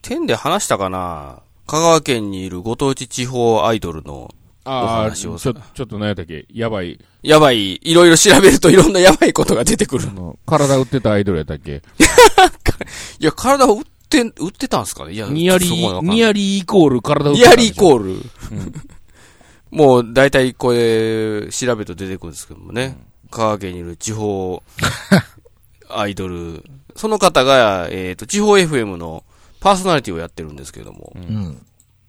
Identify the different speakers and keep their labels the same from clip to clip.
Speaker 1: 県で話したかな香川県にいるご当地地方アイドルの、お
Speaker 2: ああ、
Speaker 1: 話
Speaker 2: ち
Speaker 1: を
Speaker 2: ょ、
Speaker 1: さ
Speaker 2: ちょっと何やったっけやばい。
Speaker 1: やばい、いろいろ調べるといろんなやばいことが出てくる
Speaker 2: あ。の体売ってたアイドルやったっけ
Speaker 1: いや、体を売って、売ってたんすかねいや、
Speaker 2: ニヤリ
Speaker 1: そこまでわかん
Speaker 2: ー、
Speaker 1: ない
Speaker 2: ニヤリーイコール体売っ
Speaker 1: ニ
Speaker 2: てた
Speaker 1: ヤ
Speaker 2: んで
Speaker 1: リ
Speaker 2: し
Speaker 1: イ
Speaker 2: ょ。
Speaker 1: コール。 もう、だいたいこれ、調べると出てくるんですけどもね。香川県にいる地方アイドル。 その方が、えっ、と、地方 FM のパーソナリティをやってるんですけども、
Speaker 3: うん。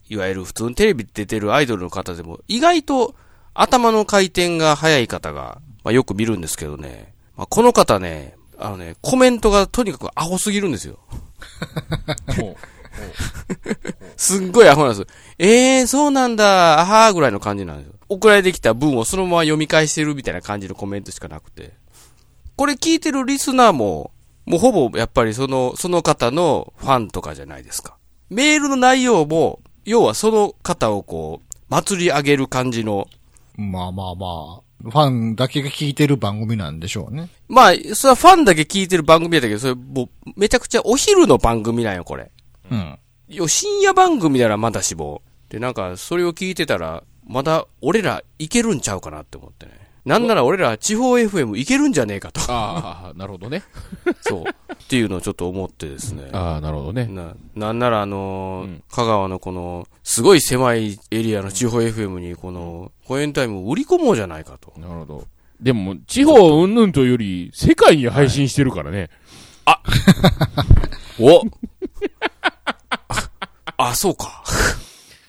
Speaker 1: いわゆる普通にテレビ出てるアイドルの方でも、意外と頭の回転が速い方が、まあ、よく見るんですけどね。まあ、この方ね、あのね、コメントがとにかくアホすぎるんですよ。
Speaker 2: も
Speaker 1: すんごいアホなんですよ。えー、そうなんだ、あはーぐらいの感じなんですよ。送られてきた文をそのまま読み返してるみたいな感じのコメントしかなくて。これ聞いてるリスナーも、もうほぼやっぱりその、その方のファンとかじゃないですか。メールの内容も、要はその方をこう、祭り上げる感じの、
Speaker 3: まあまあまあ、ファンだけが聞いてる番組なんでしょうね。
Speaker 1: まあ、それはファンだけ聞いてる番組だけど、それもう、めちゃくちゃお昼の番組なんよ、これ。
Speaker 3: うん。
Speaker 1: いや、深夜番組ならまだしも。で、なんか、それを聞いてたら、まだ俺らいけるんちゃうかなって思ってね。なんなら俺ら地方 FM いけるんじゃねえかと。
Speaker 2: うああ、なるほどね。
Speaker 1: そう。っていうのをちょっと思ってですね。
Speaker 2: ああ、なるほどね。
Speaker 1: な、なんならあのー
Speaker 2: うん
Speaker 1: 香川のこの、すごい狭いエリアの地方 FM にこの、公演タイムを売り込もうじゃないかと。
Speaker 2: なるほど。でも、地方うんぬんというより、世界に配信してるからね。
Speaker 1: お ああ、そうか。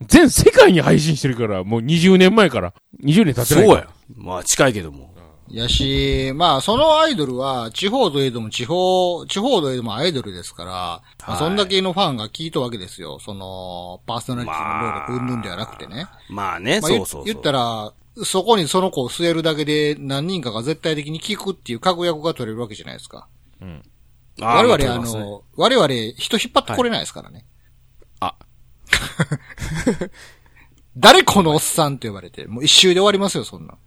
Speaker 2: 全世界に配信してるから、もう20年前から。20年経って
Speaker 1: そ
Speaker 2: な
Speaker 1: う
Speaker 2: いから
Speaker 1: や。。まあ、近いけども。
Speaker 3: やし、まあ、そのアイドルは、地方といえども地方、地方といえどもアイドルですから、まあそんだけのファンが聞いたわけですよ。その、パーソナリティの能力云々ではなくてね。
Speaker 1: まあね、
Speaker 3: まあ、
Speaker 1: そ
Speaker 3: 言
Speaker 1: うそうそう。
Speaker 3: 言ったら、そこにその子を据えるだけで何人かが絶対的に聞くっていう確約が取れるわけじゃないですか。
Speaker 1: あーま
Speaker 3: 我
Speaker 1: 取
Speaker 3: 々、
Speaker 1: れ
Speaker 3: あ
Speaker 1: ますね
Speaker 3: の、我々、人引っ張ってこれないですからね。
Speaker 1: はい
Speaker 3: 誰このおっさんって呼ばれて、もう一周で終わりますよ、そんなん。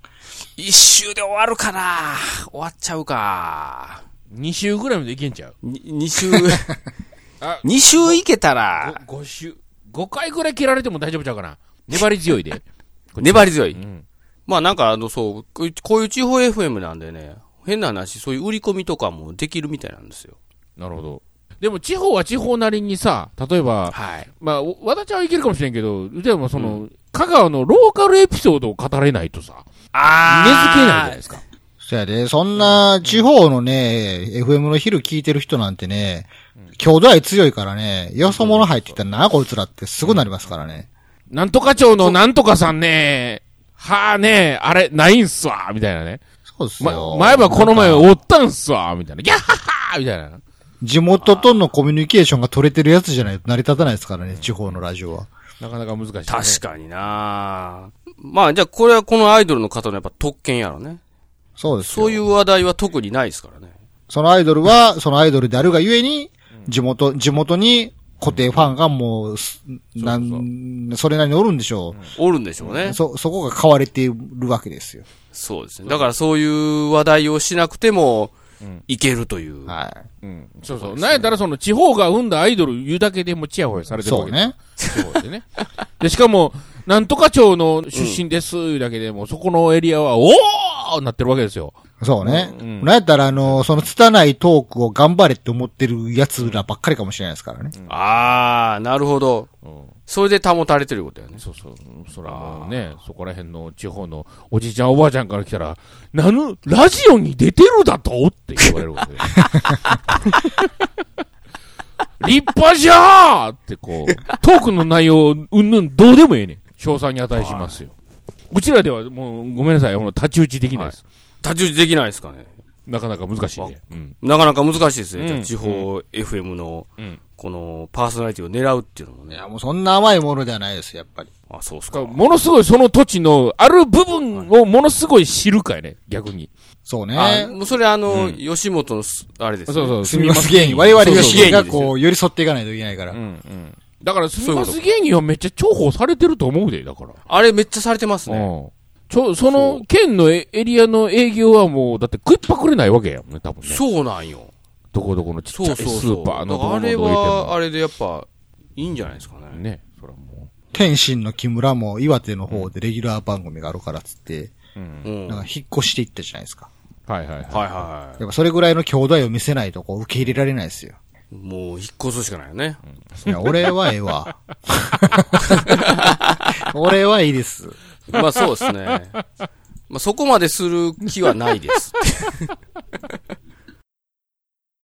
Speaker 1: 一周で終わるかな終わっちゃうか。
Speaker 2: 2週ぐらいまでいけんちゃう
Speaker 1: に二 周
Speaker 2: あ、
Speaker 1: 二周いけたら、
Speaker 2: ?5 週。5回ぐらい切られても大丈夫ちゃうかな。粘り強 いで。
Speaker 1: 粘り強い。
Speaker 2: ん
Speaker 1: まあなんか、あの、そう、こういうこういう地方 FM なんでね、変な話、そういう売り込みとかもできるみたいなんですよ。
Speaker 2: なるほど。でも、地方は地方なりにさ、例えば、
Speaker 1: はい。
Speaker 2: まあ、お和田ちゃんはいけるかもしれんけど、でもその、香川のローカルエピソードを語れないとさ、根付けないじゃないですか。
Speaker 3: そやで、そんな地方のね、FM の昼聞いてる人なんてね、郷土愛強いからね、よそ者入ってきたらな、こいつらってすぐなりますからね。
Speaker 2: なんとか町のなんとかさんね、はあね、あれ、ないんすわ、みたいなね。
Speaker 3: そうです
Speaker 2: ま
Speaker 3: よ。、
Speaker 2: 前はこの前おったんすわ、みたいな。ギャッハッハーみたいな。
Speaker 3: 地元とのコミュニケーションが取れてるやつじゃないと成り立たないですからね、地方のラジオは。
Speaker 2: なかなか難しい、ね。
Speaker 1: 確かになまあじゃあこれはこのアイドルの方のやっぱ特権やろね。
Speaker 3: そうですよ。
Speaker 1: そういう話題は特にないですからね。
Speaker 3: そのアイドルは、そのアイドルであるがゆえに、地元、地元に固定ファンがもうす、なん、それなりにおるんでしょ
Speaker 1: おるんでしょうね
Speaker 3: う。。そ、そこが買われているわけですよ。
Speaker 1: そうですね。だからそういう話題をしなくても、いけるという。
Speaker 3: は
Speaker 2: うん。そうそう。なんやったらその地方が生んだアイドル言うだけでもうチヤホヤされ
Speaker 3: い。
Speaker 2: てる
Speaker 3: そ
Speaker 2: わ
Speaker 3: う
Speaker 2: け
Speaker 3: ね。
Speaker 2: 地方でね。で、しかも、なんとか町の出身です、いうだけでもうそこのエリアは、おーなってるわけですよ。
Speaker 3: そうね。なんやったら、あの、その拙いトークを頑張れって思ってる奴らばっかりかもしれないですからね。
Speaker 1: ああ、なるほど。それで保たれてることやね。
Speaker 2: そうそう。そらもうね、そこら辺の地方のおじいちゃんおばあちゃんから来たら、なぬ、ラジオに出てるだとって言われるわけで。 立派じゃーってこう、トークの内容、うんぬん、どうでもええねん。賞賛に値しますよ。うちらではもう、ごめんなさい、ほの、太刀打ちできないです。
Speaker 1: 太刀打ちできないですかね。
Speaker 2: なかなか難しいね。うん。
Speaker 1: なかなか難しいですね。
Speaker 2: うん
Speaker 1: じゃあ地方 FM の
Speaker 2: うん、
Speaker 1: このパーソナリティを狙うっていうのも
Speaker 3: い
Speaker 1: ね
Speaker 3: や、。もうそんな甘いものではないですよ、やっぱり。
Speaker 1: あ、そうっすか。
Speaker 2: ものすごいその土地の、ある部分をものすごい知るかやね、逆に。
Speaker 3: そう
Speaker 1: あ、
Speaker 3: ね。
Speaker 1: もうそれあの、
Speaker 2: うん
Speaker 1: 吉本のす、あれです、ね。
Speaker 2: そうそう
Speaker 3: すみます芸人。我々
Speaker 1: そうそう
Speaker 3: 吉芸がこう、寄り添っていかないといけないから
Speaker 2: うん。うん。だから、すみます芸人はめっちゃ重宝されてると思うで、だから。
Speaker 1: あれめっちゃされてますね。
Speaker 2: うん。ちょ、その、県のエエリアの営業はもう、だって食いっぱくれないわけやもんね、多分ね。
Speaker 1: そうなんよ。
Speaker 2: どこどこのちっち
Speaker 1: そ
Speaker 2: ゃ
Speaker 1: う
Speaker 2: いス
Speaker 1: そうそう。
Speaker 2: ーパ
Speaker 1: だか
Speaker 2: ーの
Speaker 1: ら
Speaker 2: どこ
Speaker 1: あ
Speaker 2: の
Speaker 1: れ
Speaker 2: どこ行って
Speaker 1: は、
Speaker 2: も。
Speaker 1: あれでやっぱ、いいんじゃないですかね。
Speaker 2: ね。それはも
Speaker 3: 天津の木村も岩手の方でレギュラー番組があるからっつって、
Speaker 2: う。うん。
Speaker 1: うん。
Speaker 3: なん
Speaker 1: はい
Speaker 3: か引っ越していったじゃないですか。
Speaker 2: はいはいは
Speaker 1: は
Speaker 3: やっぱそれぐらいの兄弟を見せないとこう受け入れられないですよ。
Speaker 1: い。もう、引っ越すしかないよね。
Speaker 3: いや、俺はええわ。 俺はいいです。
Speaker 1: まあそうですね。まあそこまでする気はないです。